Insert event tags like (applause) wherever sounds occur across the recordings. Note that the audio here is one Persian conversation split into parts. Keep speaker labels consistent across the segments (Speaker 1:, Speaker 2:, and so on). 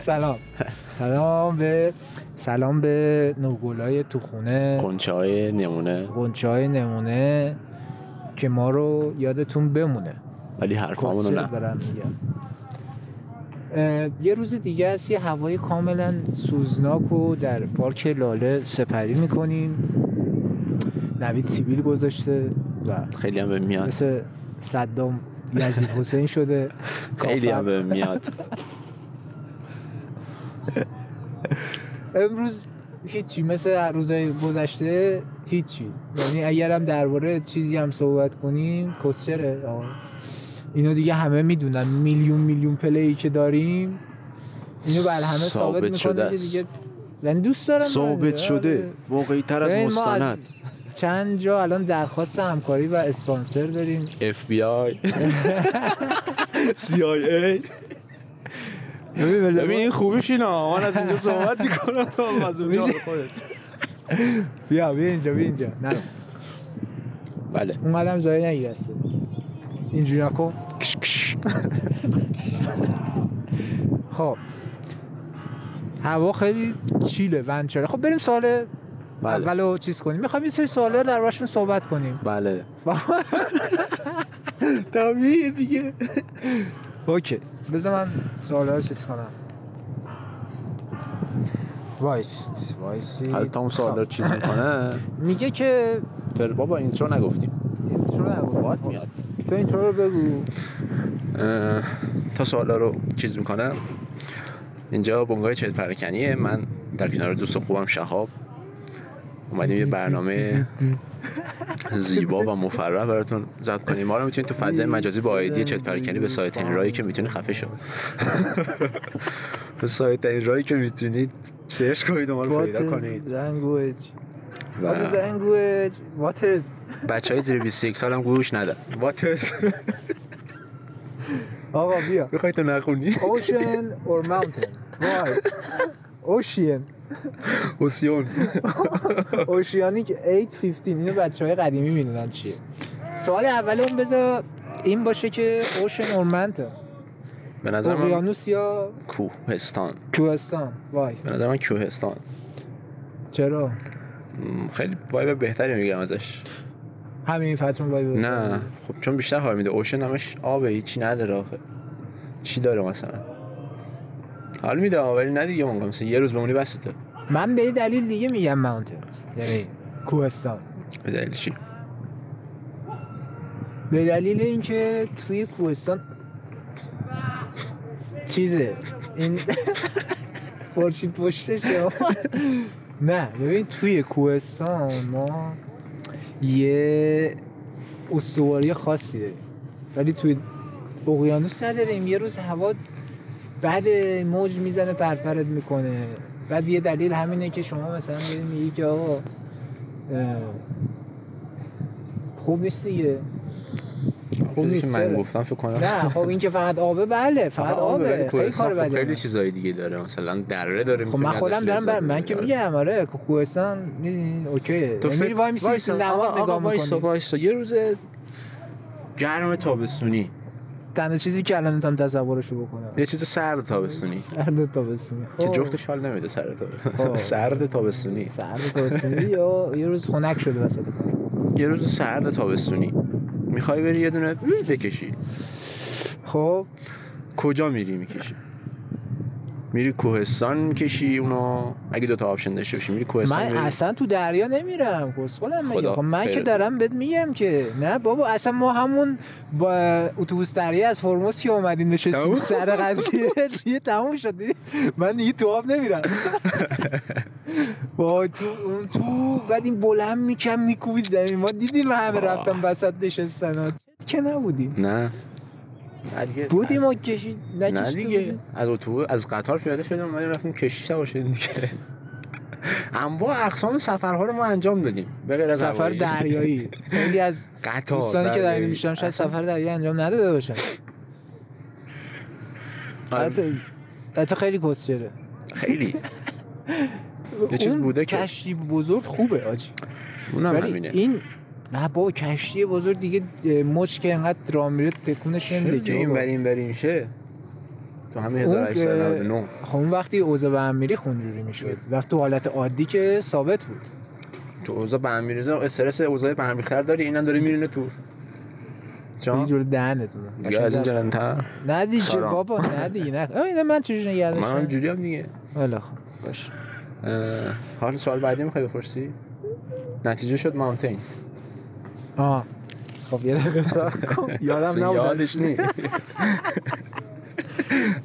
Speaker 1: سلام سلام به سلام به نوگلای تو خونه
Speaker 2: قنچه های نمونه
Speaker 1: قنچه های نمونه که ما رو یادتون بمونه
Speaker 2: ولی حرفامونو
Speaker 1: کسچر
Speaker 2: خب، نه
Speaker 1: دارم میگم. اه، یه روز دیگه است یه هوای کاملا سوزناک و در پارک لاله سپری میکنیم نوید سیبیل گذاشته و
Speaker 2: خیلی هم به میاد
Speaker 1: مثل صدام یزید حسین شده
Speaker 2: خیلی هم به (laughs) میاد
Speaker 1: امروز هیچی مثل هر روزای گذشته هیچی یعنی اگرم درباره چیزی هم صحبت کنیم کسچره آقا. اینو دیگه همه میدونن میلیون میلیون پلی که داریم اینو بر همه
Speaker 2: ثابت
Speaker 1: ثابت
Speaker 2: شده
Speaker 1: میکنه که
Speaker 2: است.
Speaker 1: دیگه من دوست
Speaker 2: آره،
Speaker 1: دارم
Speaker 3: ثابت شده واقعی تر از
Speaker 1: ببین، ما از
Speaker 3: مستند
Speaker 1: چند جا الان درخواست همکاری و اسپانسر داریم
Speaker 2: اف بی (laughs) آی
Speaker 3: CIA
Speaker 2: ببین این خوبیش اینا من از اینجا صحبت میکنم از اونجا
Speaker 1: میشه؟ بیا بیا اینجا بیا اینجا نه
Speaker 2: بله
Speaker 1: اون قدم زایی نگیر هستی اینجوری نکن خب هوا خیلی چیله ونچره خب بریم سوال
Speaker 2: بله.
Speaker 1: اول رو چیز کنیم میخوایم یه سری سوالا رو دربارشون صحبت
Speaker 2: (laughs)
Speaker 1: کنیم
Speaker 2: بله
Speaker 1: طبیعیه دیگه اوکی بذار من سوالا رو چیز کنم وایست وایسی خب.
Speaker 2: حالا تا اون سوال رو
Speaker 3: (laughs)
Speaker 2: چیز میکنه
Speaker 1: میگه که
Speaker 2: فر بابا اینترو نگفتیم
Speaker 1: اینترو نگفت
Speaker 2: میاد
Speaker 1: تو اینترو رو بگو
Speaker 2: تا سوالا رو چیز میکنم اینجا بنگاه چهل پرکنیه من در کنار دوست خوبم شهاب اومدیم یه برنامه زیبا و مفرح براتون زد کنیم ما رو میتونید تو فضای مجازی با آیدی چت پرکنی به سایت این رایی که میتونید خفه شو (laughs) به سایت این رایی که میتونید سرچ کنید و ما رو پیدا کنید
Speaker 1: لنگویج What is
Speaker 2: و
Speaker 1: language? What is?
Speaker 2: بچه های زیر 21 سال هم گوش ندن واتس
Speaker 1: آقا بیا.
Speaker 2: (laughs) میخوای تو (laughs) نخونی
Speaker 1: Ocean or mountains? Why? Ocean.
Speaker 2: (laughs) اوسیون
Speaker 1: Oceanic 815 اینو بچه های قدیمی میدونن چیه. سوال اول اون بذار این باشه که Ocean or mountain.
Speaker 2: به نظر من
Speaker 1: اقیانوس یا
Speaker 2: کوهستان
Speaker 1: کوهستان. وای.
Speaker 2: به نظر من کوهستان
Speaker 1: چرا؟
Speaker 2: م، خیلی وایب بهتری میگم ازش
Speaker 1: همین فتون وای بود.
Speaker 2: نه خب چون بیشتر حال میده اوشن همش آبه هیچی نداره آخه چی داره مثلا حال میده آه، ولی نه دیگه اونقدر مثلا یه روز بمونی بسته
Speaker 1: من به یه دلیل دیگه میگم mountains. یعنی کوهستان.
Speaker 2: به دلیل چی
Speaker 1: به دلیل اینکه توی کوهستان چیزه این (laughs) خورشید پشتشه (laughs) نه ببین توی کوهستان ما یه استواری خاصی داریم ولی توی اقیانوس نداریم یه روز هوا بعد موج میزنه پرپرت میکنه بعد یه دلیل همینه که شما مثلا میری میگی که آقا اه، خوب نیست دیگه خوب
Speaker 2: چیزی که
Speaker 1: نیست،
Speaker 2: من
Speaker 1: چرا؟
Speaker 2: گفتم فکر کنم (laughs)
Speaker 1: نه خب این که فقط آبه بله فقط
Speaker 2: ولی
Speaker 1: آبه خیلی
Speaker 2: کوهستان
Speaker 1: کار
Speaker 2: خب
Speaker 1: بدی
Speaker 2: خیلی
Speaker 1: نداره.
Speaker 2: چیزای دیگه داره مثلا دره داره
Speaker 1: خب
Speaker 2: می‌تونی
Speaker 1: من
Speaker 2: ازش
Speaker 1: خودم دارم
Speaker 2: لذت
Speaker 1: بر من
Speaker 2: ببری،
Speaker 1: که
Speaker 2: آره.
Speaker 1: میگم آره کوهستان می‌دونی، یعنی اوکیه
Speaker 2: تو
Speaker 1: تو میری وای میسی
Speaker 2: وایسا،
Speaker 1: نواد
Speaker 2: آقا، آقا،
Speaker 1: نگاه
Speaker 2: وایسا،
Speaker 1: میکنی
Speaker 2: وایسا. یه روز گرم تابستونی
Speaker 1: تنها چیزی که الان میتونم تصورشو بکنم
Speaker 2: یه چیز سرد تابستونی
Speaker 1: سرد تابستونی
Speaker 2: که
Speaker 1: خب.
Speaker 2: جفتش حال نمیده سرد
Speaker 1: خب.
Speaker 2: تاب- (laughs) سرد تابستونی
Speaker 1: سرد تابستونی یا یه روز خنک شده وسط کار
Speaker 2: یه روز سرد تابستونی میخوای بری یه دونه بکشی
Speaker 1: خب
Speaker 2: کجا میری میکشی میری کوهستان میکشی اونو اگه دوتا آپشن داشته باشی میری کوهستان
Speaker 1: من
Speaker 2: میری
Speaker 1: اصلا تو دریا نمیرم کسخلم
Speaker 2: خدا
Speaker 1: مگه خب من
Speaker 2: خیر.
Speaker 1: که دارم بهت میگم که نه بابا اصلا ما همون با اتوبوس دریا از هرمز که اومدیم نشستیم
Speaker 2: تموم.
Speaker 1: سر قضیه دیگه تموم شد دیگه من دیگه تو آب نمیرم وای تو اون تو بعد این بلند میکم میکوبید زمین ما دیدیم همه
Speaker 2: آه.
Speaker 1: رفتم وسط نشستن ها. که نبودیم
Speaker 2: نه
Speaker 1: بودیم ما کشید
Speaker 2: نه
Speaker 1: نکشیده
Speaker 2: دیگه
Speaker 1: بودیم.
Speaker 2: از اتوبوس از قطار پیاده شدیم اومدیم رفتیم کشیش نباشه دیگه (laughs) انواع اقسام سفرها رو ما انجام دادیم به غیر از
Speaker 1: سفر
Speaker 2: هوایی.
Speaker 1: دریایی خیلی از
Speaker 2: قطار
Speaker 1: دوستانی که در
Speaker 2: دریایی.
Speaker 1: این میشم شاید سفر دریا انجام نداده باشن
Speaker 2: (laughs) آره،
Speaker 1: البته البته خیلی کسچره
Speaker 2: خیلی یه چیز
Speaker 1: اون
Speaker 2: بوده که-
Speaker 1: کشتی بزرگ خوبه آجی
Speaker 2: اونم
Speaker 1: ولی
Speaker 2: همینه
Speaker 1: این نه بابا کشتی بزرگ دیگه مچ که انقدر را میره تکونش
Speaker 2: چه
Speaker 1: نمیده
Speaker 2: می‌دونی
Speaker 1: که
Speaker 2: این
Speaker 1: بابا.
Speaker 2: بر این بر این شه تو همه
Speaker 1: اون که-
Speaker 2: 1899
Speaker 1: خب اون وقتی اوضاع به هم میری خونجوری میشد وقتی تو حالت عادی که ثابت بود
Speaker 2: تو اوضاع به هم میریزه استرس اوضاع به هم ریختر داری اینم داره میرینه تو
Speaker 1: یه
Speaker 2: جان
Speaker 1: جور دهنتونه
Speaker 2: دیگه از این جلنتر
Speaker 1: نه دیگه
Speaker 2: سلام.
Speaker 1: بابا نه دیگه
Speaker 2: (laughs)
Speaker 1: نه آه، اینا من چجوری نگه
Speaker 2: من
Speaker 1: داشتم
Speaker 2: همجوری هم دیگه
Speaker 1: والا خب باش
Speaker 2: اه، حالا سوال بعدی میخوای بپرسی نتیجه شد ماونتین
Speaker 1: آه خب یه دقیقه صبر
Speaker 2: (laughs)
Speaker 1: کن یادم
Speaker 2: اصلا
Speaker 1: نبود
Speaker 2: یادش
Speaker 1: اصلا.
Speaker 2: نی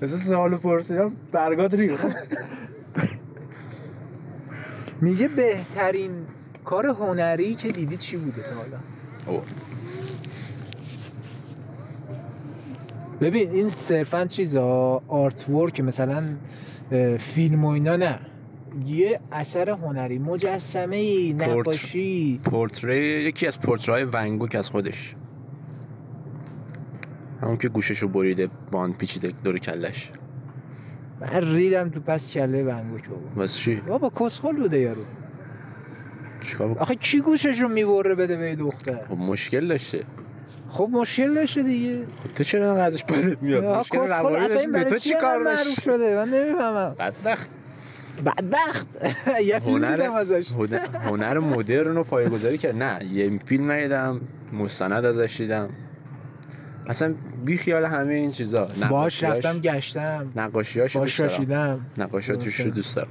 Speaker 2: مثل سوال پرسیدم برگات ریخت
Speaker 1: میگه بهترین کار هنری که دیدی چی بوده تا حالا
Speaker 2: اوه.
Speaker 1: ببین این صرفا چیزا آرت ورک مثلا اه، فیلم و اینا نه یه اثر هنری مجسمه
Speaker 2: پورتر-
Speaker 1: نقاشی
Speaker 2: پورتری یکی از پورترهای ونگوک از خودش همون که گوشش رو بریده باند پیچیده دور کلش
Speaker 1: من ریدم تو پس کله ونگوک بابا
Speaker 2: بس چی؟
Speaker 1: بابا کسخل بوده یارو
Speaker 2: چیکار بکنم؟
Speaker 1: آخه کی گوشش رو میبره بده به یه دختر
Speaker 2: خب مشکل داشته
Speaker 1: خب مشکل داشته دیگه
Speaker 2: خب تو چرا اینقدر ازش بدت میاد
Speaker 1: آه،
Speaker 2: مشکل
Speaker 1: کسخل،
Speaker 2: روانی
Speaker 1: اصلا
Speaker 2: داشته،
Speaker 1: این
Speaker 2: به تو
Speaker 1: برای چی
Speaker 2: چی
Speaker 1: اینقدر
Speaker 2: کار
Speaker 1: معروف
Speaker 2: داشته
Speaker 1: شده من نمیفهمم
Speaker 2: بدبخت
Speaker 1: بدبخت (laughs) یه فیلم
Speaker 2: هنر
Speaker 1: دیدم ازش
Speaker 2: هنر, هنر مدرن رو پایه‌گذاری کرد نه یه فیلم ندیدم مستند ازش دیدم اصلا بی خیال همه این چیزا
Speaker 1: باش
Speaker 2: نقاشی‌هاش-
Speaker 1: رفتم گشتم
Speaker 2: نقاشی‌هاش رو دوست
Speaker 1: باش
Speaker 2: دارم
Speaker 1: شاشیدم
Speaker 2: نقاشیاتش رو دوست دارم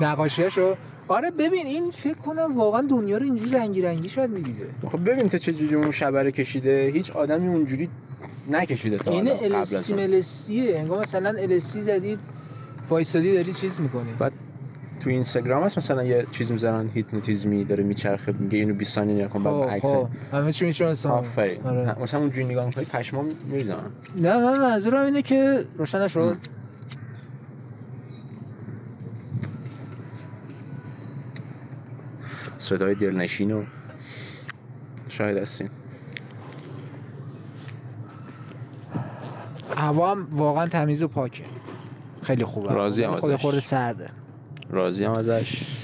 Speaker 1: نقاشیاشو آره ببین این فکر کنم واقعا دنیا رو اینجوری رنگی رنگی شاید میدیده
Speaker 2: خب ببین تا چجوری اون شبره کشیده هیچ آدمی اونجوری نکشیده تا
Speaker 1: این
Speaker 2: حالا قبل از
Speaker 1: السی
Speaker 2: اون.
Speaker 1: ملسیه انگار مثلا السی زدی وایسادی داری چیز میکنی
Speaker 2: بعد تو اینستاگرام هست مثلا یه چیز میذارن هیپنوتیزمی داره میچرخه میگه اینو 20 ثانیه نگاه کن بعد عکس
Speaker 1: خب، همه چی میشه
Speaker 2: آفرین
Speaker 1: آره.
Speaker 2: مثلا اونجوری نگاه می‌کنی پشمام میریزن
Speaker 1: نه من منظورم اینه که روشن نشد
Speaker 2: ام. صدای دلنشین و شاهد هستین
Speaker 1: هوا هم واقعا تمیز و پاکه خیلی خوبه
Speaker 2: راضیم
Speaker 1: خود
Speaker 2: ازش.
Speaker 1: خورده سرده
Speaker 2: راضی هم ازش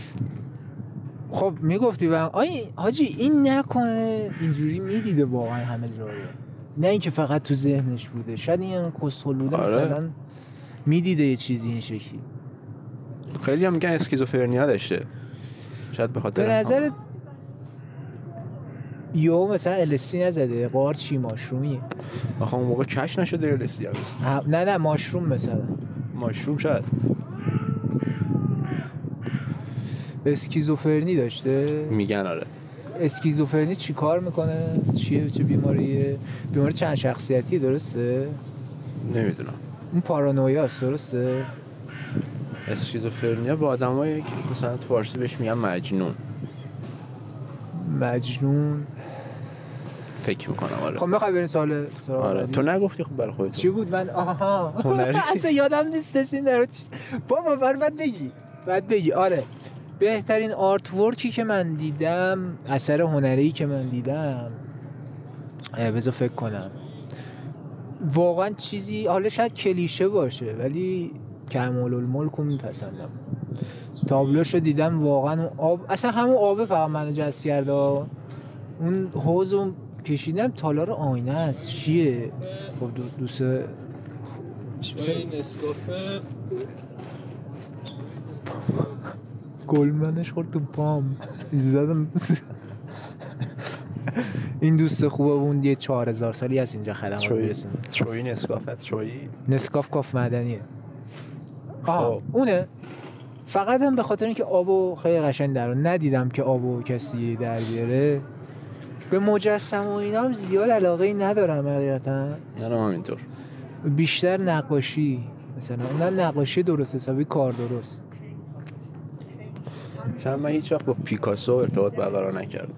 Speaker 1: خب میگفتی و آی حاجی این نکنه اینجوری میدیده واقعا همه جا رو نه اینکه فقط تو ذهنش بوده شاید این کسخل بوده
Speaker 2: آره.
Speaker 1: مثلا میدیده یه چیزی این شکلی
Speaker 2: خیلی هم میگن اسکیزوفرنیا داشته شاید به خاطر
Speaker 1: به نظر
Speaker 2: همون.
Speaker 1: یو مثلا الستی نزده قارچی ماشرومی
Speaker 2: آخه اون موقع کش نشده یا لسی هست.
Speaker 1: نه نه ماشروم مثلا
Speaker 2: ماشروم شاید
Speaker 1: اسکیزوفرنی داشته
Speaker 2: میگن آره
Speaker 1: اسکیزوفرنی چی کار میکنه چیه چه بیماریه بیماری چند شخصیتی درسته
Speaker 2: نمیدونم
Speaker 1: اون پارانویاست درسته
Speaker 2: اسکیزوفرنیا با آدمایی که مثلا تو فارسی بهش میگن مجنون
Speaker 1: مجنون
Speaker 2: فکر میکنم آره
Speaker 1: خب میخوای بریم سوال سراغ
Speaker 2: آره
Speaker 1: بعدی؟
Speaker 2: تو نگفتی خب برای خودت
Speaker 1: چی بود من آها
Speaker 2: هنری.
Speaker 1: (laughs) اصلا یادم نیست این رو چی- بابا بر بعد بگی بعد بگی آره بهترین آرت ورکی که من دیدم اثر هنری که من دیدم اه، بذار فکر کنم واقعا چیزی حالا شاید کلیشه باشه ولی کمال الملک رو میپسندم تابلوش رو دیدم واقعا اون آب اصلا همون آبه فقط منو جذب کرده ها. اون حوض رو کشیدم تالار آینه است شیه خب دو دوست
Speaker 4: چای نسکافه
Speaker 1: گلمنش خورد تو پام زدم این دوست خوبه بود یه چهار هزار سالی از اینجا خدمات میرسون
Speaker 2: تروی نسکافت تروی
Speaker 1: نسکاف کاف معدنیه آها
Speaker 2: خب.
Speaker 1: اونه فقط هم به خاطر اینکه آبو خیلی قشنگ در ندیدم که آبو کسی در بیاره به مجسم و اینا هم زیاد علاقه ای ندارم حقیقتا
Speaker 2: نه نه همینطور
Speaker 1: بیشتر نقاشی مثلا اونم نقاشی درست حسابی کار درست
Speaker 2: مثلا من هیچ وقت با پیکاسو ارتباط برقرار نکردم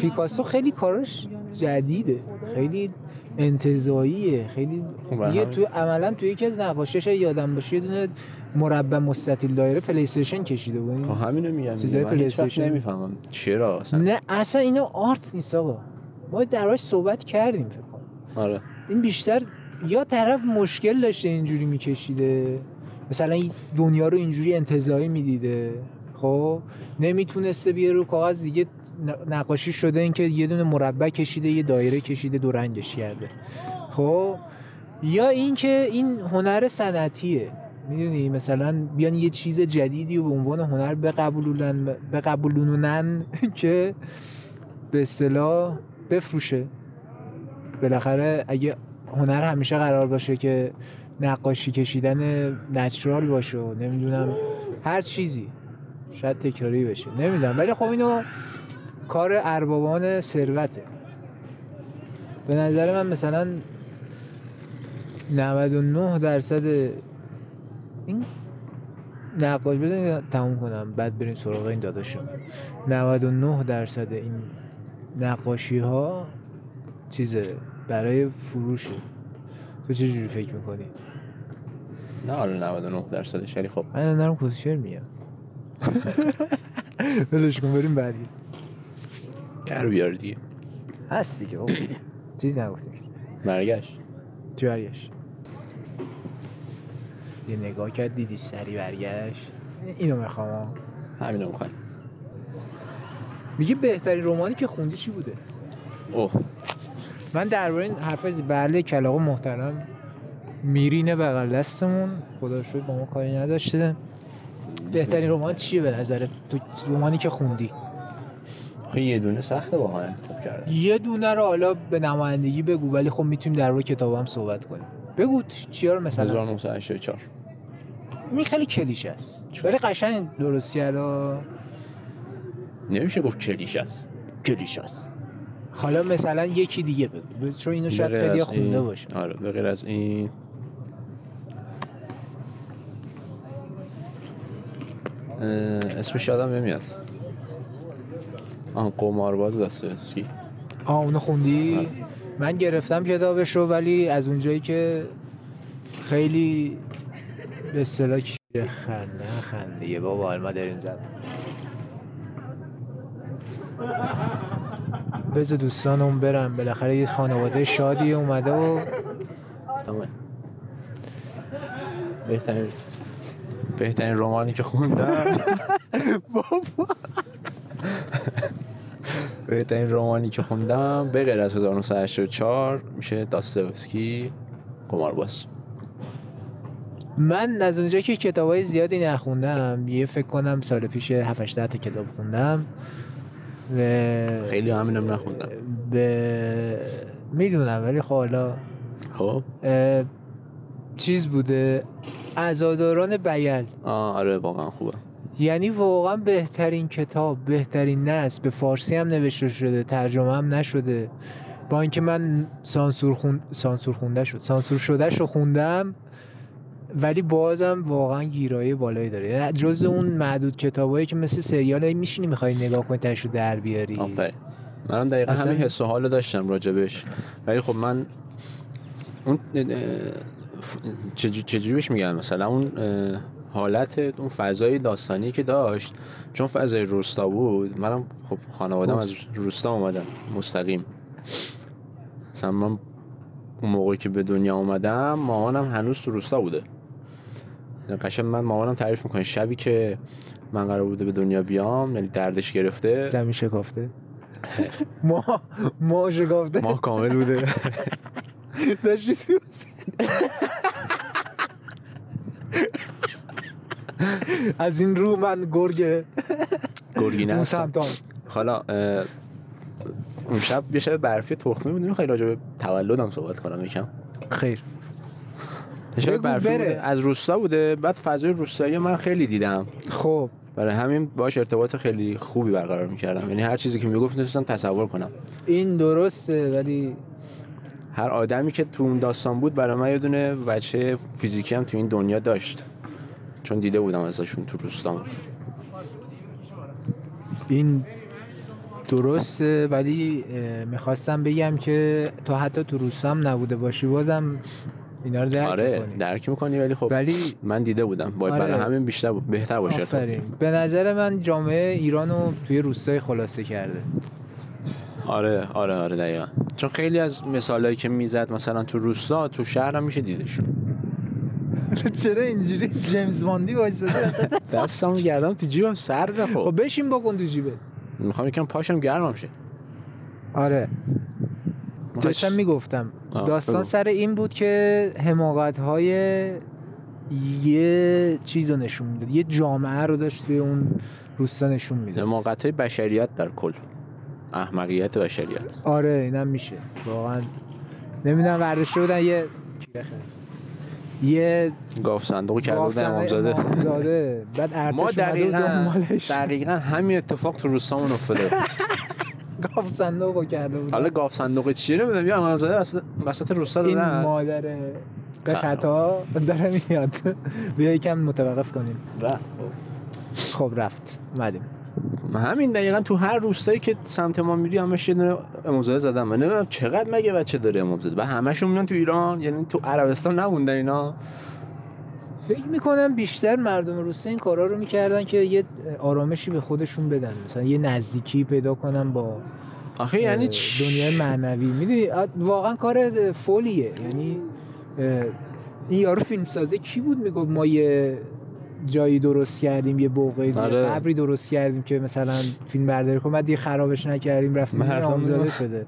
Speaker 1: پیکاسو خیلی کاراش جدیده خیلی انتظاییه خیلی
Speaker 2: خب،
Speaker 1: دیگه
Speaker 2: همین.
Speaker 1: تو عملا تو یکی از نقاشیش اگه یادم باشه یه دونه مربع مستطیل دایره پلی استیشن کشیده بود
Speaker 2: خب همینو میگم
Speaker 1: چیزای
Speaker 2: چیزای من هیچ وقت
Speaker 1: پلی‌استیشن.
Speaker 2: نمیفهمم چرا اصلا
Speaker 1: نه اصلا اینا آرت نیست آقا ما دراش صحبت کردیم فکر کنم
Speaker 2: آره
Speaker 1: این بیشتر یا طرف مشکل داشته اینجوری میکشیده مثلا این دنیا رو اینجوری انتظایی میدیده خب نمیتونسته بیه رو کاغذ دیگه نقاشی شده اینکه یه دونه مربع کشیده یه دایره کشیده دو رنگش کرده خب یا اینکه این هنر صنعتیه میدونی مثلا بیان یه چیز جدیدی رو به عنوان هنر بقبولونن بقبولونن (laughs) که به اصطلاح بفروشه بالاخره اگه هنر همیشه قرار باشه که نقاشی کشیدن نچرال باشه و نمیدونم هر چیزی شاید تکراری بشه نمیدونم ولی خب اینو کار اربابان ثروته به نظر من مثلا 99 درصد این نقاش بزنید تموم کنم بعد بریم سراغ این داداشم 99 درصد این نقاشی ها چیزه برای فروشه تو چه جوری فکر میکنی؟
Speaker 2: نه حالا 99 درصدش ولی خب
Speaker 1: من دارم کسشر (laughs) میگم ولش کن بریم بعدی
Speaker 2: در بیار دیگه
Speaker 1: هست دیگه بابا. چیز نگفتیم
Speaker 2: برگشت
Speaker 1: جاریش یه نگاه کرد دیدی سری برگشت اینو میخوام
Speaker 2: همینو میخوایم
Speaker 1: میگه بهترین رمانی که خوندی چی بوده
Speaker 2: اوه
Speaker 1: من درباره این حرف از بله کلاغ محترم میرینه بغل دستمون خدا شد با ما کاری نداشته بهترین رمان چیه به نظرت تو رمانی که خوندی
Speaker 2: آخه یه دونه سخته خب، واقعا انتخاب کردن
Speaker 1: یه دونه رو حالا به نمایندگی بگو ولی خب میتونیم در کتاب هم صحبت کنیم بگو چیا رو مثلا
Speaker 2: 1984
Speaker 1: این خیلی کلیشه است ولی قشنگ درستی الان
Speaker 2: نمیشه گفت کلیش است
Speaker 3: کلیش است
Speaker 1: حالا مثلا یکی دیگه بگو چون اینو شاید
Speaker 2: به غیر
Speaker 1: خیلی
Speaker 2: از
Speaker 1: خونده
Speaker 2: این-
Speaker 1: باشه
Speaker 2: آره به غیر از این اه، اسمش یادم نمیاد آه قمارباز داستایوفسکی
Speaker 1: آه اونو خوندی من گرفتم کتابش رو ولی از اونجایی که خیلی به اصطلاح کیره خنده خندیه بابا حال ما داریم زب بذار دوستانم برم بالاخره یه خانواده شادی اومده و
Speaker 2: تمام بهترین بهترین رمانی که خوندم (laughs) بابا. بهترین رمانی که خوندم به غیر از 1984 میشه داستایوفسکی قمارباز
Speaker 1: من از اونجا که کتاب های زیادی نخوندم یه فکر کنم سال پیش 7 تا کتاب خوندم و
Speaker 2: خیلی همینم نخوندم
Speaker 1: به میدونم ولی خب حالا
Speaker 2: خب
Speaker 1: اه، چیز بوده ازاداران بیل
Speaker 2: آه، آره واقعا خوبه
Speaker 1: یعنی واقعا بهترین کتاب بهترین نسل به فارسی هم نوشته شده ترجمه هم نشده با اینکه من سانسور, خون... سانسور خونده شد سانسور شده رو خوندم ولی بازم واقعا گیرایی بالایی داره یعنی جز اون معدود کتابایی که مثل سریال هایی میشینی میخوای نگاه کنی تش رو در بیاری
Speaker 2: آفرین منم دقیقا
Speaker 1: اصلا-
Speaker 2: همین حس و حال رو داشتم راجبش ولی خب من اون اه، ف- چجو- چجوری بهش میگن مثلا اون اه، حالت اون فضای داستانی که داشت چون فضای روستا بود منم خب خانوادم از روستا اومدم مستقیم مثلا من اون موقعی که به دنیا اومدم مامانم هنوز تو روستا بوده یعنی قشنگ من مامانم تعریف میکنه شبی که من قرار بوده به دنیا بیام یعنی دردش گرفته
Speaker 1: زمین شکافته ما ما شکافته
Speaker 2: ماه کامل بوده
Speaker 1: داشتی سیوس (laughs) از این رو من گرگ
Speaker 2: گرگینه
Speaker 1: اون
Speaker 2: هستم
Speaker 1: سمتان
Speaker 2: حالا اه، اون شب یه شب برفی تخمی بود میخوای راجع به تولدم صحبت کنم یکم
Speaker 1: خیر
Speaker 2: یه شب
Speaker 1: بگو
Speaker 2: برفی
Speaker 1: بره.
Speaker 2: بوده از روستا بوده بعد فضای روستایی من خیلی دیدم
Speaker 1: خب
Speaker 2: برای همین باش ارتباط خیلی خوبی برقرار میکردم یعنی هر چیزی که میگفت میتونستم تصور کنم
Speaker 1: این درسته ولی
Speaker 2: هر آدمی که تو اون داستان بود برای من یه دونه وچه فیزیکی هم تو این دنیا داشت چون دیده بودم ازشون تو روستامون
Speaker 1: این درسته ولی میخواستم بگم که تو حتی تو روستام نبوده باشی بازم اینا رو درک
Speaker 2: آره
Speaker 1: می‌کنی.
Speaker 2: درک میکنی ولی خب
Speaker 1: ولی
Speaker 2: من دیده بودم باید
Speaker 1: آره.
Speaker 2: برای همین بیشتر بهتر باشه خب.
Speaker 1: آفرین. به نظر من جامعه ایران رو توی روستای خلاصه کرده
Speaker 2: آره آره آره دقیقا چون خیلی از مثالهایی که میزد مثلا تو روستا تو شهر هم میشه دیدشون
Speaker 1: (laughs) چرا اینجوری جیمز باندی وایساده وسط؟
Speaker 2: دستم گردم تو جیبم سرده خب
Speaker 1: خب بشین بکن تو جیبه
Speaker 2: میخوام یکم پاشم گرمم شه
Speaker 1: آره
Speaker 2: می‌خوای
Speaker 1: داشتم
Speaker 2: چ-
Speaker 1: میگفتم
Speaker 2: آه،
Speaker 1: داستان
Speaker 2: بگو.
Speaker 1: سر این بود که حماقت های یه چیز رو نشون میداد یه جامعه رو داشت توی اون روستا نشون میداد
Speaker 2: حماقت های بشریت در کل احمقیت بشریت
Speaker 1: آره اینم میشه واقعا نمیدونم برداشته بودن یه یه
Speaker 2: گاف صندوق کرده
Speaker 1: گاف
Speaker 2: بودن
Speaker 1: زده
Speaker 2: امامزاده
Speaker 1: امامزاده. بعد ارتش
Speaker 2: ما
Speaker 1: اومده بود
Speaker 2: دقیقا
Speaker 1: دنبالش.
Speaker 2: دقیقا همین اتفاق تو روستامون افتاده
Speaker 1: گاف صندوق رو کرده بود
Speaker 2: حالا گاف صندوق چیه نمیدونم یا امامزاده اصلا وسط روستا
Speaker 1: این
Speaker 2: دادن
Speaker 1: مادر
Speaker 2: خراب.
Speaker 1: خطا داره میاد بیا یکم متوقف کنیم خب رفت اومدیم
Speaker 2: همین دقیقا تو هر روستایی که سمت ما میری همش یه دونه امامزاده زدن من نمیدونم چقدر مگه بچه داره امامزاده و همشون میان تو ایران یعنی تو عربستان نموندن اینا
Speaker 1: فکر میکنم بیشتر مردم روسیه این کارا رو میکردن که یه آرامشی به خودشون بدن مثلا یه نزدیکی پیدا کنن با
Speaker 2: آخه
Speaker 1: اه،
Speaker 2: یعنی چی؟
Speaker 1: آره، دنیای معنوی میدونی واقعا کار فولیه یعنی اه، این یارو فیلم سازه کی بود میگفت ما یه جایی درست کردیم یه بوقی
Speaker 2: آره.
Speaker 1: قبری درست کردیم که مثلا فیلم برداری کنیم بعد دیگه خرابش نکردیم رفتیم
Speaker 2: مردم
Speaker 1: آمزاده
Speaker 2: اینا.
Speaker 1: شده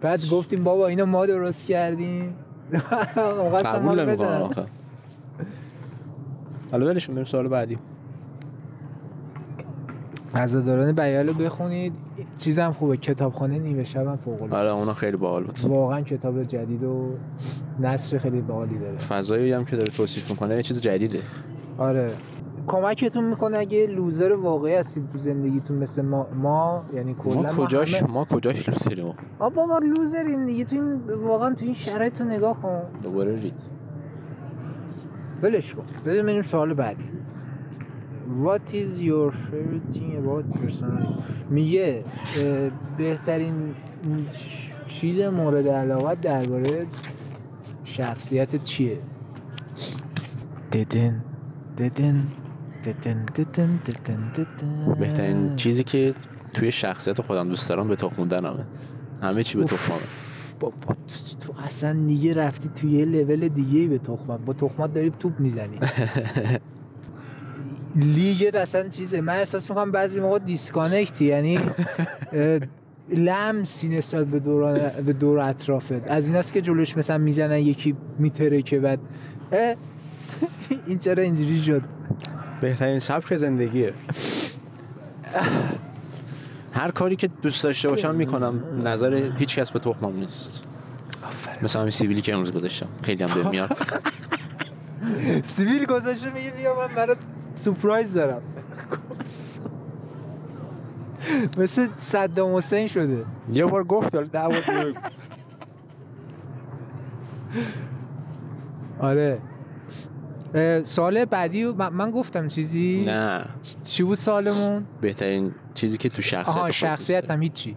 Speaker 1: بعد گفتیم بابا اینو ما درست کردیم (laughs) آقا سم
Speaker 2: قبول
Speaker 1: حال
Speaker 2: نمیکنم
Speaker 1: بزن.
Speaker 2: آخه حالا ولش کن، بریم سوال بعدی
Speaker 1: عزاداران بیال رو بخونید چیزم خوبه کتابخانه نیمه شبم فوق العاده
Speaker 2: آره اونا خیلی باحال بود
Speaker 1: واقعا کتاب جدید و نصر خیلی باحالی داره
Speaker 2: فضایی هم که داره توصیف میکنه یه چیز جدیده
Speaker 1: آره کمکتون میکنه اگه لوزر واقعی هستید تو زندگیتون مثل ما ما یعنی کلا
Speaker 2: ما کجاش
Speaker 1: همه-
Speaker 2: ما کجاش لوسیریم
Speaker 1: آبا ما لوزریم دیگه تو این واقعا تو این شرایط رو نگاه کن
Speaker 2: دوباره رید
Speaker 1: ولش کن بذار بریم سوال بعدی What is your favorite thing about personality میگه اه، بهترین چ- چیز مورد علاقت درباره شخصیت چیه ددن ددن ددن ددن ددن ددن
Speaker 2: بهترین چیزی که توی شخصیت خودم دوست دارم به تخموندن همه همه چی به
Speaker 1: اوف.
Speaker 2: تخمامه
Speaker 1: بابا تو- تو اصلا دیگه رفتی توی یه لول دیگه ای به تخمت با تخمت داری توپ میزنی لیگت اصلا چیزه من احساس میکنم بعضی موقع دیسکانکتی یعنی اه، لمسی نسبت به دوران به دور اطرافت از این است که جلوش مثلا میزنن یکی میتره که بعد اه، (laughs) این چرا اینجوری شد
Speaker 2: بهترین سبک زندگیه هر کاری که دوست داشته باشم میکنم نظر هیچ کس به تخمم نیست مثل همین سیبیلی که امروز گذاشتم خیلی هم دل میاد
Speaker 1: سیبیل گذاشته میگه بیا من برات سپرایز دارم مثل صدام حسین
Speaker 2: (laughs)
Speaker 1: شده
Speaker 2: یه بار گفت حالا دعوت می‌کنه.
Speaker 1: آره اه، سال بعدی رو- من, من گفتم چیزی
Speaker 2: نه
Speaker 1: چی بود سالمون
Speaker 2: بهترین چیزی که تو شخصیت
Speaker 1: آها
Speaker 2: خودت
Speaker 1: شخصیت هم هیچی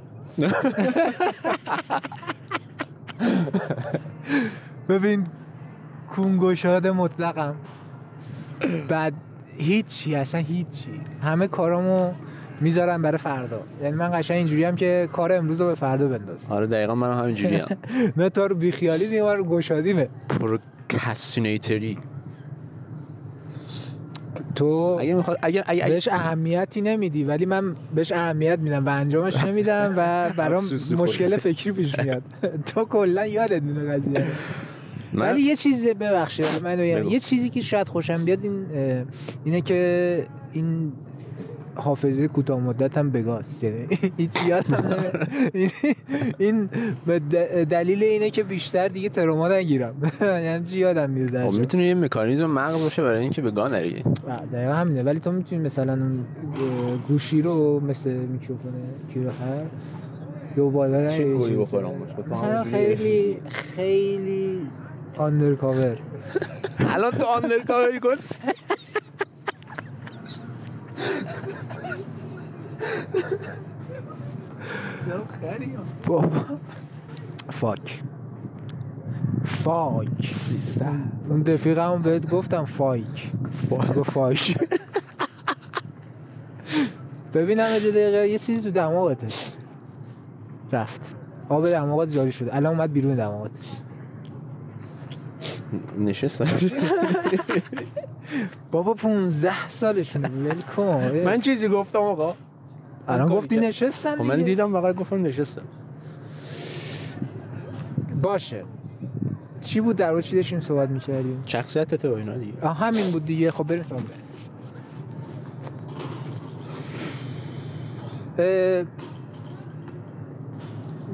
Speaker 1: ببین کونگوشاد مطلقم بعد هیچی اصلا هیچی همه کارامو میذارم برای فردا یعنی من قشنگ اینجوری هم که کار امروز رو به فردا بنداز
Speaker 2: آره دقیقا من همینجوری هم
Speaker 1: نه تو رو بیخیالی دیگه من رو گشادیمه
Speaker 2: پروکستینیتری
Speaker 1: تو
Speaker 2: اگه میخواد اگه اگه, اگه
Speaker 1: بهش اهمیتی نمیدی ولی من بهش اهمیت میدم و انجامش نمیدم
Speaker 2: (laughs)
Speaker 1: و برام
Speaker 2: افسوس می‌خوری.
Speaker 1: مشکل فکری
Speaker 2: (laughs)
Speaker 1: پیش میاد تو کلا یادت میونه قضیه رو.
Speaker 2: من-
Speaker 1: ولی یه چیز ببخشید من
Speaker 2: بگو.
Speaker 1: بگم. یه چیزی که شاید خوشم بیاد این اه، اینه که این حافظه کوتاه مدتم بگاست یعنی (laughs) هیچ
Speaker 2: (laughs)
Speaker 1: یادم نمیاد. این- این به د- دلیل اینه که بیشتر دیگه تروما نگیرم (laughs) یعنی چی یادم میره در
Speaker 2: خب
Speaker 1: جا.
Speaker 2: میتونه یه مکانیزم مغز باشه برای اینکه به گان نری
Speaker 1: آه، دقیقا همینه ولی تو میتونی مثلا اون اه، گوشی رو مثل میکروفون کیلوخر یا بالا نه،
Speaker 2: چه
Speaker 1: یه
Speaker 2: گویی
Speaker 1: چیز.
Speaker 2: بخورم باش؟ خب تو
Speaker 1: مثلا
Speaker 2: همونجوری-
Speaker 1: خیلی خیلی آندرکاور
Speaker 2: الان تو آندرکاور گست
Speaker 1: فاک فاک اون دفیقمون بهت گفتم فایک گفت فایک ببینم یه دقیقه یه چیز تو دماغت رفت آب دماغت جاری شد الان اومد بیرون دماغت
Speaker 2: نشستم
Speaker 1: بابا 15 سالشونه ول کن
Speaker 2: (laughs) من چیزی گفتم آقا
Speaker 1: الان
Speaker 2: کاری
Speaker 1: گفتی
Speaker 2: کرد.
Speaker 1: نشستن
Speaker 2: خب من
Speaker 1: دیگه.
Speaker 2: دیدم بغل گفتم نشستم
Speaker 1: باشه چی بود در مورد چی داشتیم صحبت میکردیم
Speaker 2: شخصیت تو اینا دیگه
Speaker 1: آه همین بود دیگه خب بریم سوال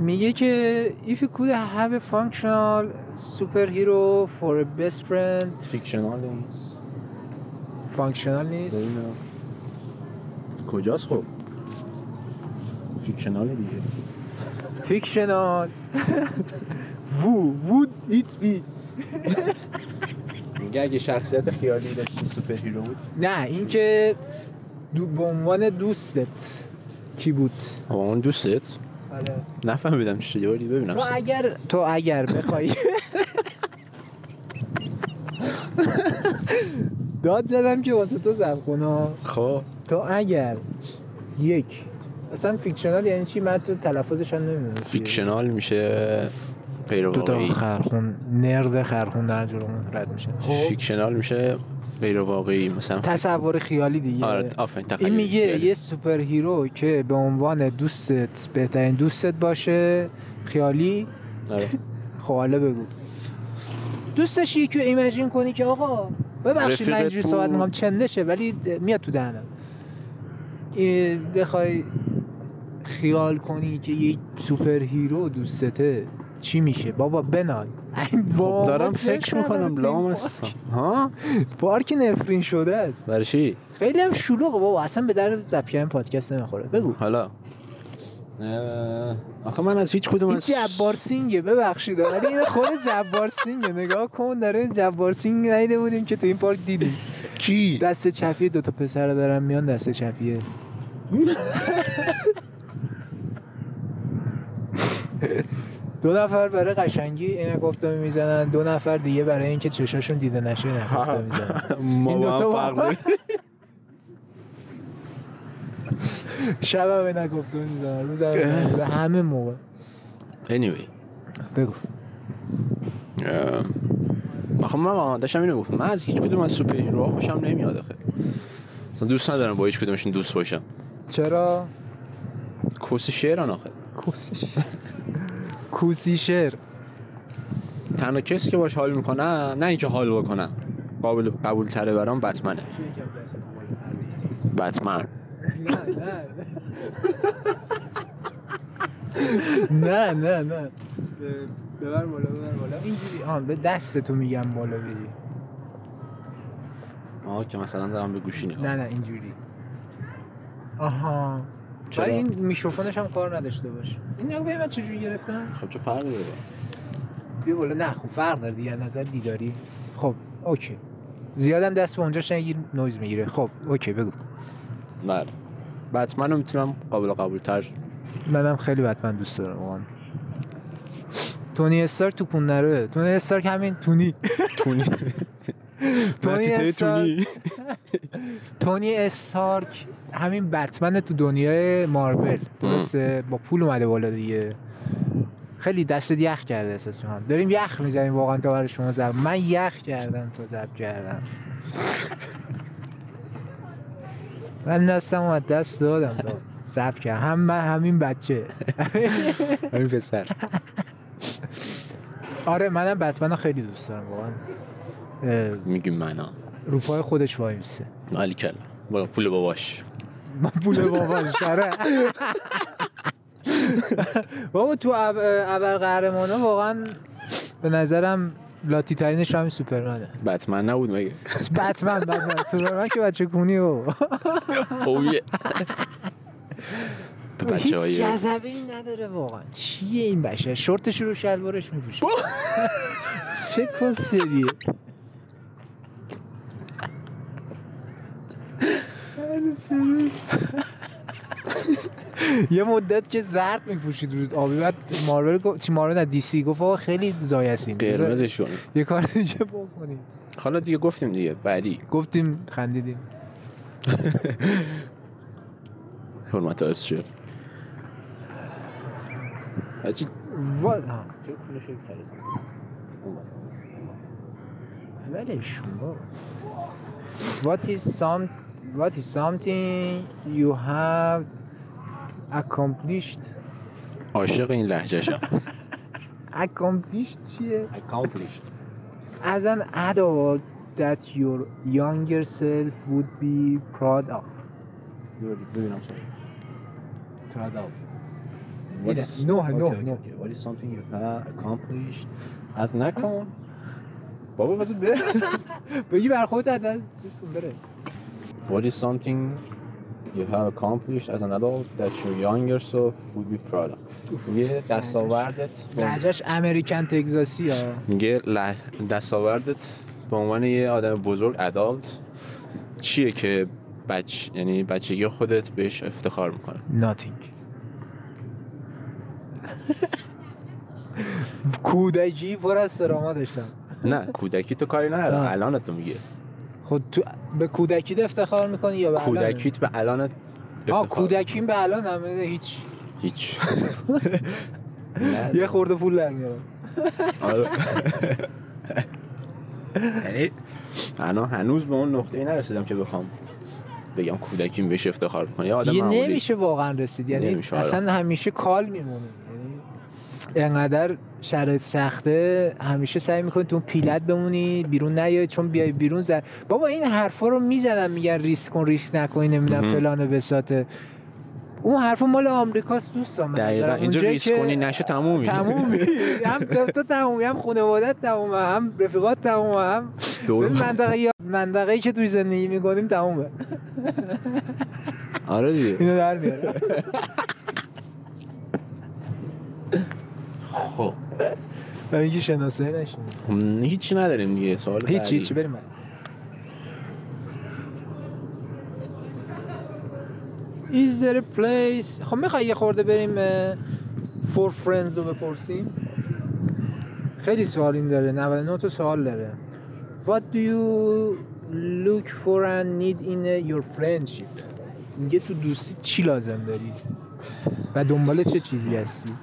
Speaker 1: میگه که if you could have a functional superhero for a best friend
Speaker 2: فیکشنال اون
Speaker 1: فانکشنال نیست
Speaker 2: اینا. کجاست خب فیکشنال دیگه
Speaker 1: (laughs) فیکشنال وو would it be
Speaker 2: میگه اگه شخصیت خیالی داشتی سوپر هیرو بود
Speaker 1: نه اینکه دو به عنوان دوستت کی بود
Speaker 2: اون دوستت نفهمیدم چی شده ولی ببینم
Speaker 1: تو اگر تو اگر بخوای داد زدم که واسه تو زب کنم
Speaker 2: خب
Speaker 1: تو اگر یک اصلا فیکشنال یعنی چی من تو تلفظش هم نمیدونم
Speaker 2: فیکشنال میشه غیر
Speaker 1: دو تا
Speaker 2: واقعی
Speaker 1: خرخون نرد خرخون در جلو من رد میشه
Speaker 2: خب. فیکشنال میشه غیر واقعی مثلا
Speaker 1: تصور خیالی دیگه
Speaker 2: آره آفرین تخیلی
Speaker 1: این میگه
Speaker 2: یعنی.
Speaker 1: یه سوپر هیرو که به عنوان دوستت بهترین دوستت باشه خیالی
Speaker 2: آره.
Speaker 1: خب حالا بگو دوست داشتی یکی رو ایمجین کنی که آقا ببخشید من
Speaker 2: رفیقت
Speaker 1: اینجوری
Speaker 2: بود.
Speaker 1: صحبت میکنم چندشه ولی د- میاد تو دهنم ای- بخوای خیال کنی که یک سوپر هیرو دوستته چی میشه بابا بنال این بابا
Speaker 2: خب دارم
Speaker 1: چه
Speaker 2: فکر
Speaker 1: خبره
Speaker 2: میکنم
Speaker 1: تو این
Speaker 2: لام
Speaker 1: پارک؟
Speaker 2: هستم ها
Speaker 1: پارک نفرین شده است
Speaker 2: برای چی
Speaker 1: خیلی هم شلوغه بابا اصلا به در زپیان پادکست نمیخوره بگو
Speaker 2: حالا اه، آخه من از هیچ کدوم
Speaker 1: این
Speaker 2: از
Speaker 1: جبار سینگه ببخشید ولی این خود جبار سینگه نگاه کن داره جبار سینگ ندیده بودیم که تو این پارک دیدیم
Speaker 2: کی
Speaker 1: دست چپی دو تا پسر رو دارن میان دست چپیه دو نفر برای قشنگی عینک افتابه میزنن دو نفر دیگه برای اینکه چشاشون دیده نشه عینک افتابه
Speaker 2: (laughs)
Speaker 1: میزنن
Speaker 2: (laughs) ما
Speaker 1: این
Speaker 2: با
Speaker 1: دوتا
Speaker 2: هم
Speaker 1: با هم.
Speaker 2: فرق داریم.
Speaker 1: شب هم عینک افتابه میزنن روز هم عینک افتابه. همه موقع
Speaker 2: anyway
Speaker 1: بگو
Speaker 2: اه، آخه من آه، داشتم اینو گفتم من از هیچ کدوم از سوپر هیروها خوشم نمیاد آخه اصلا دوست ندارم با هیچ کدومشون دوست باشم
Speaker 1: چرا
Speaker 2: کس شعران آخه
Speaker 1: کوسیشر کوسیشر
Speaker 2: تنها کسی که باش حال میکنه نه اینکه حال بکنم قابل قبول تره برام بتمنه بتمن
Speaker 1: نه نه نه ببر بالا ببر بالا اینجوری آن به دست تو میگم بالا بری
Speaker 2: آه که مثلا دارم به گوشی نگاه
Speaker 1: نه نه اینجوری آها
Speaker 2: چرا؟
Speaker 1: ولی این میکروفونش هم کار نداشته باشه این نگاه ببین من چجوری گرفتم
Speaker 2: خب چه فرقی داره
Speaker 1: بیا بالا نه خب فرق داره دیگه از نظر دیداری خب اوکی زیادم دست به اونجاش نگیر نویز میگیره خب اوکی بگو
Speaker 2: بله بتمن رو میتونم قابل قبول تر
Speaker 1: منم خیلی بتمن دوست دارم واقعا تونی استارک تو کون نره تونی استارک همین تونی (laughs)
Speaker 2: تونی
Speaker 1: تونی
Speaker 2: متیته
Speaker 1: استارک تونی استارک همین بتمن تو دنیای مارول درسته با پول اومده بالا دیگه خیلی دست یخ کرده اساس هم داریم یخ میزنیم واقعا تا برای شما زب من یخ کردم تو زب کردم من دستم اومد دست دادم تا زب کردم هم من همین بچه
Speaker 2: همین پسر
Speaker 1: آره منم بتمن رو خیلی دوست دارم واقعا اه،
Speaker 2: میگیم منا
Speaker 1: رو پای خودش وای میسه
Speaker 2: علی کلا با پول باباش
Speaker 1: من پول آره. بابا شره بابا تو اب- ابرقهرمان ها واقعا به نظرم لاتی ترینش همین سوپرمنه
Speaker 2: بتمن نبود مگه
Speaker 1: بتمن بتمن سوپرمن که بچه کونی بابا
Speaker 5: (laughs)
Speaker 2: اوه به بچه
Speaker 1: هیچ
Speaker 2: های
Speaker 1: جذبه این نداره واقعا چیه این بشه شورتش رو شلوارش میپوشه چه کسریه یه مدت که زرد میپوشید رو آبی بعد مارول گفت چی مارول نه دیسی گفت آقا خیلی زایسین
Speaker 2: قرمزش کنیم
Speaker 1: یه کار دیگه بکنیم
Speaker 2: حالا دیگه گفتیم دیگه بعدی
Speaker 1: گفتیم خندیدیم
Speaker 2: حرمت ها چه حاجی
Speaker 1: وا- آه. ولش کن بابا. What is some What is something you have accomplished
Speaker 2: عاشق این لحجه شم
Speaker 1: accomplished چیه as an adult that your younger self would be proud of
Speaker 5: ببینم سوال.
Speaker 1: proud of
Speaker 5: What
Speaker 1: نه،
Speaker 5: is-
Speaker 1: نه،
Speaker 5: اوکی،
Speaker 1: نه،
Speaker 5: اوکی،
Speaker 1: نه.
Speaker 5: اوکی. What is something you have accomplished از نکن بابا بذار بره.
Speaker 1: بگی بر خودت عدد چیز کن، بره
Speaker 5: What is something you have accomplished as an adult that your younger self would be proud of یه دستاوردت با-
Speaker 1: لهجهش امریکن تگزاسی ها
Speaker 2: میگه لح- دستاوردت به عنوان یه آدم بزرگ ادالت چیه که بچ یعنی بچگی خودت بهش افتخار میکنه
Speaker 1: nothing کودکی پر از سراما داشتم
Speaker 2: نه کودکی تو کاری
Speaker 1: آه.
Speaker 2: نداره الانت تو میگه
Speaker 1: خود خب تو به کودکیت افتخار میکنی یا به الانت؟
Speaker 2: کودکیت به الانت
Speaker 1: آه
Speaker 2: افتخار.
Speaker 1: کودکیم به الان هم هیچ (laughs)
Speaker 2: هیچ
Speaker 1: یه خورده پول در میارم
Speaker 2: آره. یعنی الان هنوز به اون نقطه ای نرسیدم که بخوام بگم کودکیم بهش افتخار کنه یه آدم
Speaker 1: دیگه
Speaker 2: معمولی.
Speaker 1: نمیشه واقعا رسید یعنی
Speaker 2: نمیشه، آره.
Speaker 1: اصلا همیشه کال میمونی یعنی انقدر شرایط سخته همیشه سعی میکنی تو اون پیلت بمونی بیرون نیای چون بیای بیرون زن بابا این حرفا رو میزدن میگن ریسک کن ریسک نکنی نمیدونم
Speaker 2: مهم.
Speaker 1: فلان و بساته اون حرفا مال آمریکاست دوستان
Speaker 2: دقیقا اینجا ریسک کنی نشه تموم میشه
Speaker 1: تمومی هم تو تو تمومی هم خانوادت تمومه هم رفیقات تمومه هم
Speaker 2: دور
Speaker 1: این منطقه یا منطقه‌ای که توی زندگی میکنیم تمومه
Speaker 2: آره دیگه
Speaker 1: اینو در میاره
Speaker 2: خب
Speaker 1: برای اینکه شناسایی نشیم
Speaker 2: م، هیچی نداریم دیگه سوال
Speaker 1: هیچ
Speaker 2: بعدی.
Speaker 1: هیچ بریم Is there a place خب میخوای یه خورده بریم اه، for friends رو بپرسیم خیلی سوال این داره 99 تا سوال داره What do you look for and need in a- your friendship میگه تو دوستی چی لازم داری و دنبال چه چیزی هستی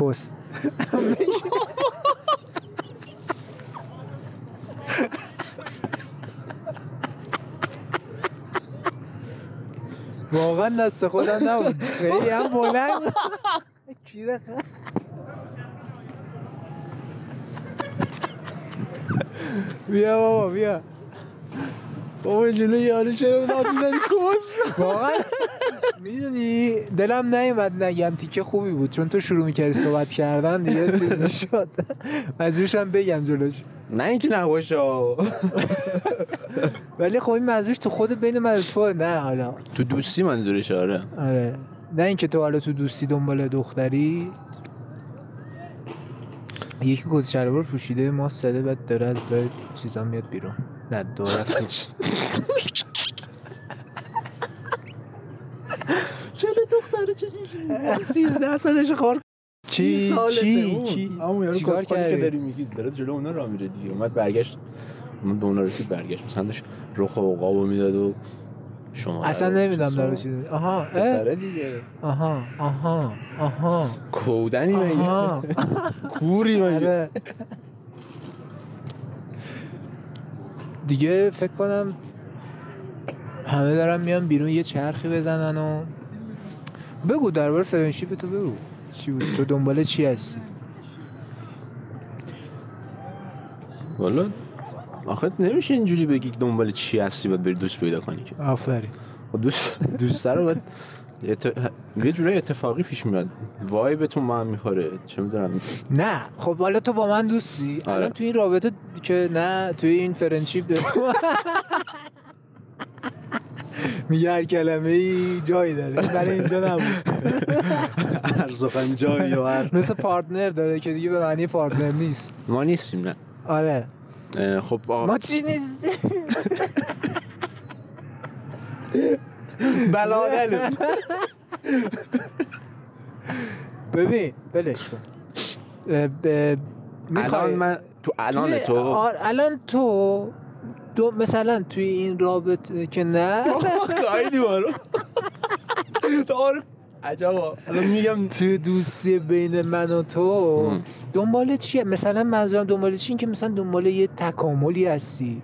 Speaker 1: کس واقعا دست خودم نبود خیلی هم بلند کیره خ- بیا بابا بیا
Speaker 3: بابا جلو یارو چرا اومد میزنی کس
Speaker 1: واقعا میدونی دلم نیومد نگم تیکه خوبی بود چون تو شروع میکردی صحبت کردن دیگه چیز میشد مزوشم بگم جلوش
Speaker 2: نه اینکه نباشه
Speaker 1: ولی خب این مزوش تو خود بین من و تو نه حالا
Speaker 2: تو دوستی منظورش آره
Speaker 1: آره نه اینکه تو حالا تو دوستی دنبال دختری یکی کت شلوار پوشیده ما زده بعد داره از لای چیزا میاد بیرون نه دوره
Speaker 3: چرا دختره چه اینجوری
Speaker 1: 13 سالش خور کی کی کی
Speaker 5: همون یارو
Speaker 1: چیکار
Speaker 5: کسخالی که
Speaker 1: کردی؟
Speaker 5: داری میگی داره جلو اونا را میره دیگه اومد برگشت اومد به اونا رسید برگشت مثلا داشت رخ و قابو میداد و شما
Speaker 1: اصلا نمیدونم داره چی آها اه،
Speaker 5: سره دیگه
Speaker 1: آها آها آها
Speaker 2: کودنی مگه
Speaker 1: آها
Speaker 5: کوری مگه
Speaker 1: آره. دیگه فکر کنم همه دارن میان بیرون یه چرخی بزنن و بگو درباره فرنشیپ تو بگو چی بود تو دنبال چی هستی
Speaker 2: والا آخه نمیشه اینجوری بگی که دنبال چی هستی باید بری دوست پیدا کنی که
Speaker 1: آفرین
Speaker 2: خب دوست دوست رو باید ات- یه جورای اتفاقی پیش میاد وایبتون ما هم میخوره چه میدونم
Speaker 1: نه خب حالا تو با من دوستی
Speaker 2: آره.
Speaker 1: الان تو این رابطه که نه توی این فرنشیپ (laughs) میگه هر کلمه ای جایی داره برای اینجا نبود
Speaker 5: هر سخن جایی و هر
Speaker 1: (laughs) مثل پارتنر داره که دیگه به معنی پارتنر نیست
Speaker 2: ما نیستیم نه
Speaker 1: آره
Speaker 2: اه، خب آ-
Speaker 1: ما چی نیست
Speaker 5: بلادل
Speaker 1: ببین بلش کن اه، ب- می‌خوای-
Speaker 2: الان من تو الان
Speaker 1: توی-
Speaker 2: تو
Speaker 1: آر- الان تو دو مثلا توی e, این رابطه که نه
Speaker 2: (laughs)
Speaker 5: کایدی ما رو دار
Speaker 2: آره. عجبا الان میگم
Speaker 1: تو دوستی بین من و تو
Speaker 2: مم.
Speaker 1: دنبال چیه مثلا منظورم دنبال چیه این که مثلا دنبال یه تکاملی هستی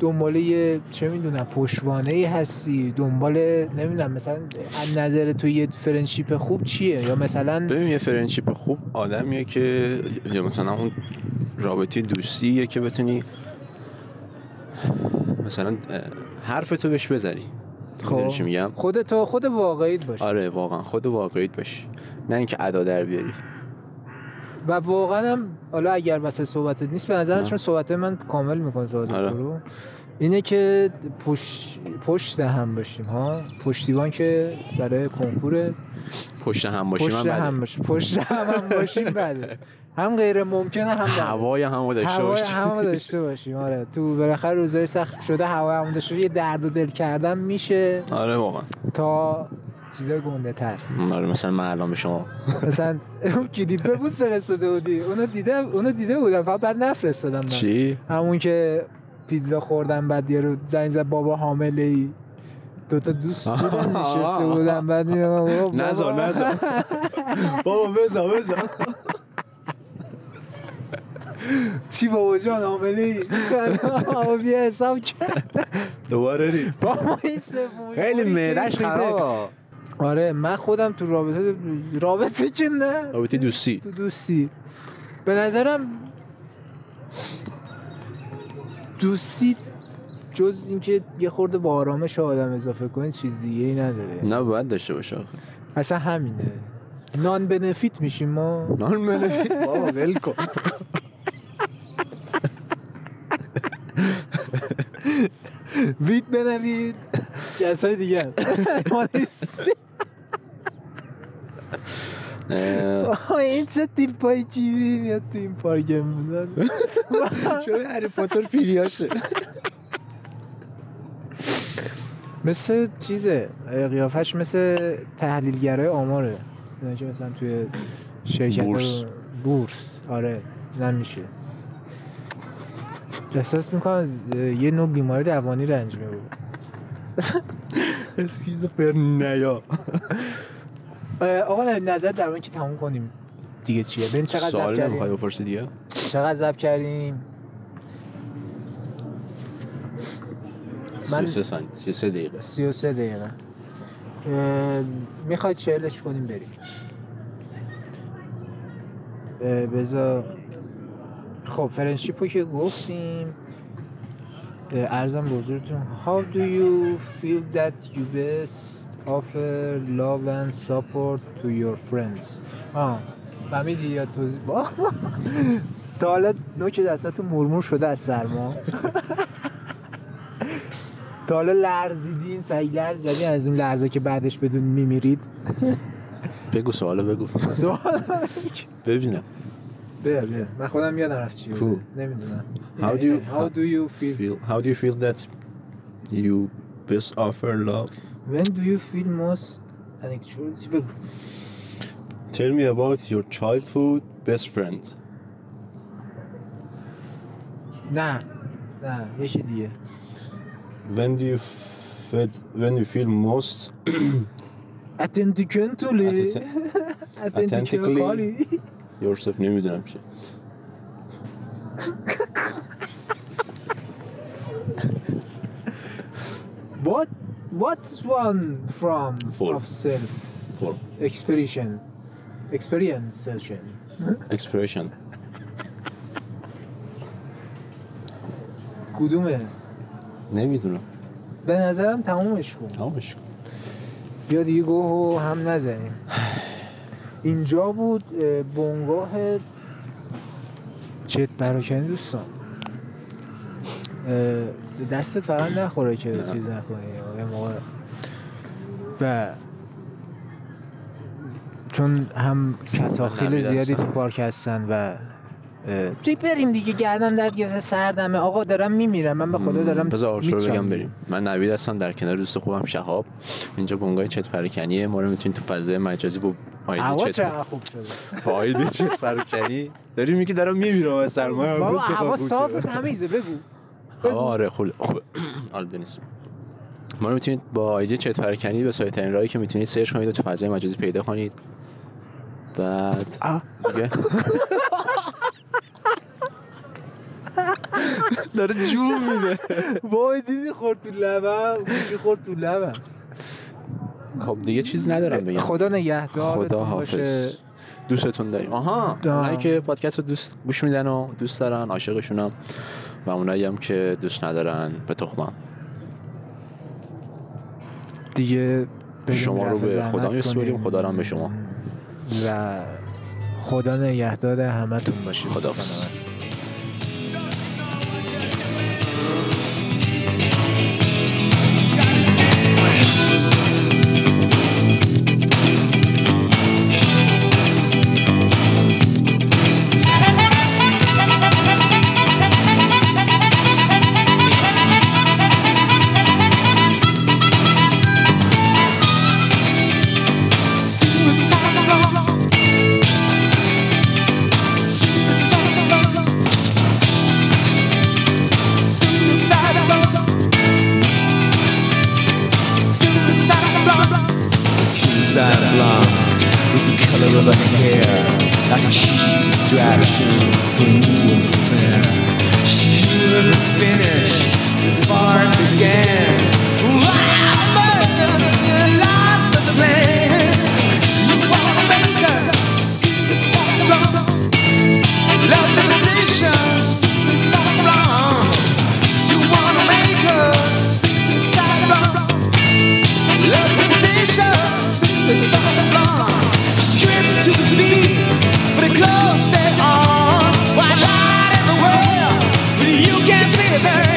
Speaker 1: دنبال یه چه میدونم پشوانه ای هستی دنبال نمیدونم مثلا از نظر تو یه فرنشیپ خوب چیه یا مثلا
Speaker 2: ببین یه فرنشیپ خوب آدمیه که یا مثلا اون رابطه دوستیه که بتونی مثلا اه، حرفتو بهش بزنی خب چی میگم
Speaker 1: خودتو خود واقعیت باش
Speaker 2: آره واقعا خود واقعیت باشی نه اینکه ادا در بیاری
Speaker 1: و واقعا هم حالا اگر واسه صحبتت نیست به نظرم
Speaker 2: نه.
Speaker 1: چون صحبت من کامل میکنه صحبت
Speaker 2: آره.
Speaker 1: تو رو اینه که پشت پشت هم باشیم ها پشتیبان که برای کنکور
Speaker 2: پشت هم باشی
Speaker 1: پشت
Speaker 2: من
Speaker 1: هم
Speaker 2: هم
Speaker 1: باشیم پشت هم, هم باشیم بله هم غیر ممکنه هم بله.
Speaker 2: هوای همو داشته
Speaker 1: هوای
Speaker 2: باشی
Speaker 1: همو داشته باشیم آره تو بالاخره روزای سخت شده هوای همو داشته باشیم. یه درد و دل کردن
Speaker 2: (laughs)
Speaker 1: میشه
Speaker 2: آره واقعا
Speaker 1: تا چیزای گنده تر
Speaker 2: آره مثلا من الان به شما
Speaker 1: مثلا (laughs) اون کلیپه بود فرستاده بودی اونو دیدم اونو دیده بودم فقط بعد نفرستادم من
Speaker 2: چی
Speaker 1: همون که پیتزا خوردم بعد یارو زنگ زد بابا حامله ای دو تا
Speaker 2: (laughs)
Speaker 1: دوست بودن نشسته بودم بعد دیدم بابا- بابا.
Speaker 2: نزار نزار بابا بزا بزا
Speaker 1: چی بابا جان حامله ای (laughs) بابا بیا حساب
Speaker 2: (laughs)
Speaker 1: کرد
Speaker 2: دوباره ری
Speaker 1: بابا این سفون
Speaker 2: خیلی معدش خراب
Speaker 1: آره من خودم تو رابطه رابطه که نه
Speaker 2: رابطه دوستی
Speaker 1: تو دوستی به نظرم دوستی جز اینکه یه خورده با آرامش آدم اضافه کنی چیز دیگه ای نداره
Speaker 2: نه باید داشته باشه آخه
Speaker 1: اصلا همینه نان بنفیت میشیم ما
Speaker 2: نان بنفیت بابا ول کن
Speaker 1: ویت بنوید کسای دیگه هم. ما نیستیم.
Speaker 2: اه،
Speaker 1: آه، این چه تیپای گیری میاد تو این پارک بودن
Speaker 3: (laughs) شوی هری پاتر پیریاشه
Speaker 1: مثل چیزه قیافش مثل تحلیلگرای آماره اینا که مثلا توی شرکت
Speaker 2: بورس.
Speaker 1: بورس آره نمیشه احساس میکنم یه نوع بیماری روانی رنج میبود
Speaker 2: اسکیزوفر نیا
Speaker 1: آقا نظر در مورد که تموم کنیم دیگه چیه ببین چقدر ضبط
Speaker 2: سوال نمیخوای
Speaker 1: کردیم
Speaker 2: بپرسی دیگه
Speaker 1: چقدر ضبط کردیم من-
Speaker 5: 33 ثانیه 33 دقیقه
Speaker 1: 33 دقیقه میخوای چهلش کنیم بریم اه، بذار خب فرنشیپ رو که گفتیم اه، ارزم به حضورتون How do you feel that you best offer love and support to your friends آه فهمیدی یا توضیح با (laughs) تا حالا نوک دستتون مرمور شده از سرما تا حالا لرزیدین سعی لرز زدین از اون لرزه که بعدش بدون میمیرید
Speaker 2: بگو سوالو بگو
Speaker 1: سوال
Speaker 2: ببینم
Speaker 1: بیا بیا من خودم یادم رفت چی
Speaker 2: Cool.
Speaker 1: بود نمیدونم
Speaker 2: How do you-
Speaker 1: how do you feel
Speaker 2: feel how do you feel that you best offer love
Speaker 1: when do you feel most actually چی بگو
Speaker 2: tell me about your childhood best friend
Speaker 1: نه نه یکی دیگه
Speaker 2: when do you fed, when you feel most
Speaker 1: اتنتیکنتولی
Speaker 2: Authentically.
Speaker 1: اتنتیکنتولی
Speaker 2: yourself نمیدونم چه
Speaker 1: what what's one from
Speaker 2: Full.
Speaker 1: of self
Speaker 2: for
Speaker 1: expression experience session
Speaker 2: expression
Speaker 1: کدومه
Speaker 2: نمیدونم
Speaker 1: به نظرم تمومش کن
Speaker 2: تمامش کن
Speaker 1: یا دیگه گوه رو هم نزنیم اینجا بود اه، بنگاه چت براکنی دوستان اه، دستت فقط نخوره که چیز نکنی یه موقع و چون هم کساخیل
Speaker 2: نمی‌رسم.
Speaker 1: زیادی تو پارک هستن و توی بریم دیگه گردم درد گرفته سردمه آقا دارم میمیرم من به خدا دارم
Speaker 2: بذار آرشو رو
Speaker 1: می‌چم.
Speaker 2: بگم بریم من نوید هستم در کنار دوست خوبم شهاب اینجا بنگاه چت پرکنیه ما رو میتونید تو فضای مجازی با
Speaker 1: هوا
Speaker 2: آیدی چت
Speaker 1: چقدر خوب شده
Speaker 2: با آیدی چت پرکنی داری میگی دارم میمیرم از سرمایه
Speaker 1: بابا هوا صاف و تمیزه بگو
Speaker 2: آره خوب خوبه البته نیست خب. ما رو میتونید با آیدی چت پرکنی به سایت انرایی که میتونید سرچ کنید و تو فضای مجازی پیدا کنید بعد دیگه
Speaker 1: (laughs) داره جون میده وای دیدی خورد تو لبم گوشی خورد تو لبم
Speaker 2: خب دیگه چیز ندارم بگم
Speaker 1: خدا نگهدار
Speaker 2: خدا حافظ دوستتون داریم آها
Speaker 1: دا.
Speaker 2: اونایی که پادکست رو دوست گوش میدن و دوست دارن عاشقشونم و اونایی هم که دوست ندارن به تخمم
Speaker 1: دیگه بریم
Speaker 2: شما رو
Speaker 1: رفع
Speaker 2: به
Speaker 1: زحمت
Speaker 2: خدا میسپریم
Speaker 1: کنیم.
Speaker 2: خدا رو هم به شما
Speaker 1: و خدا نگهدار همتون باشه
Speaker 2: خداحافظ.
Speaker 1: دوستان من.
Speaker 6: Suicidal. Suicidal. Suicidal. Suicidal.
Speaker 7: Suicide blonde is the color of her hair, like a cheap distraction for new affair. She knew the finish before it began. Wow, murder, lost of the plan. You wanna make her suicidal. Love devastation, suicidal. You wanna make her suicidal. Love temptation, suicide blonde. Stripped to the beat, but the clothes stay on. White light everywhere, but you can't see it, baby.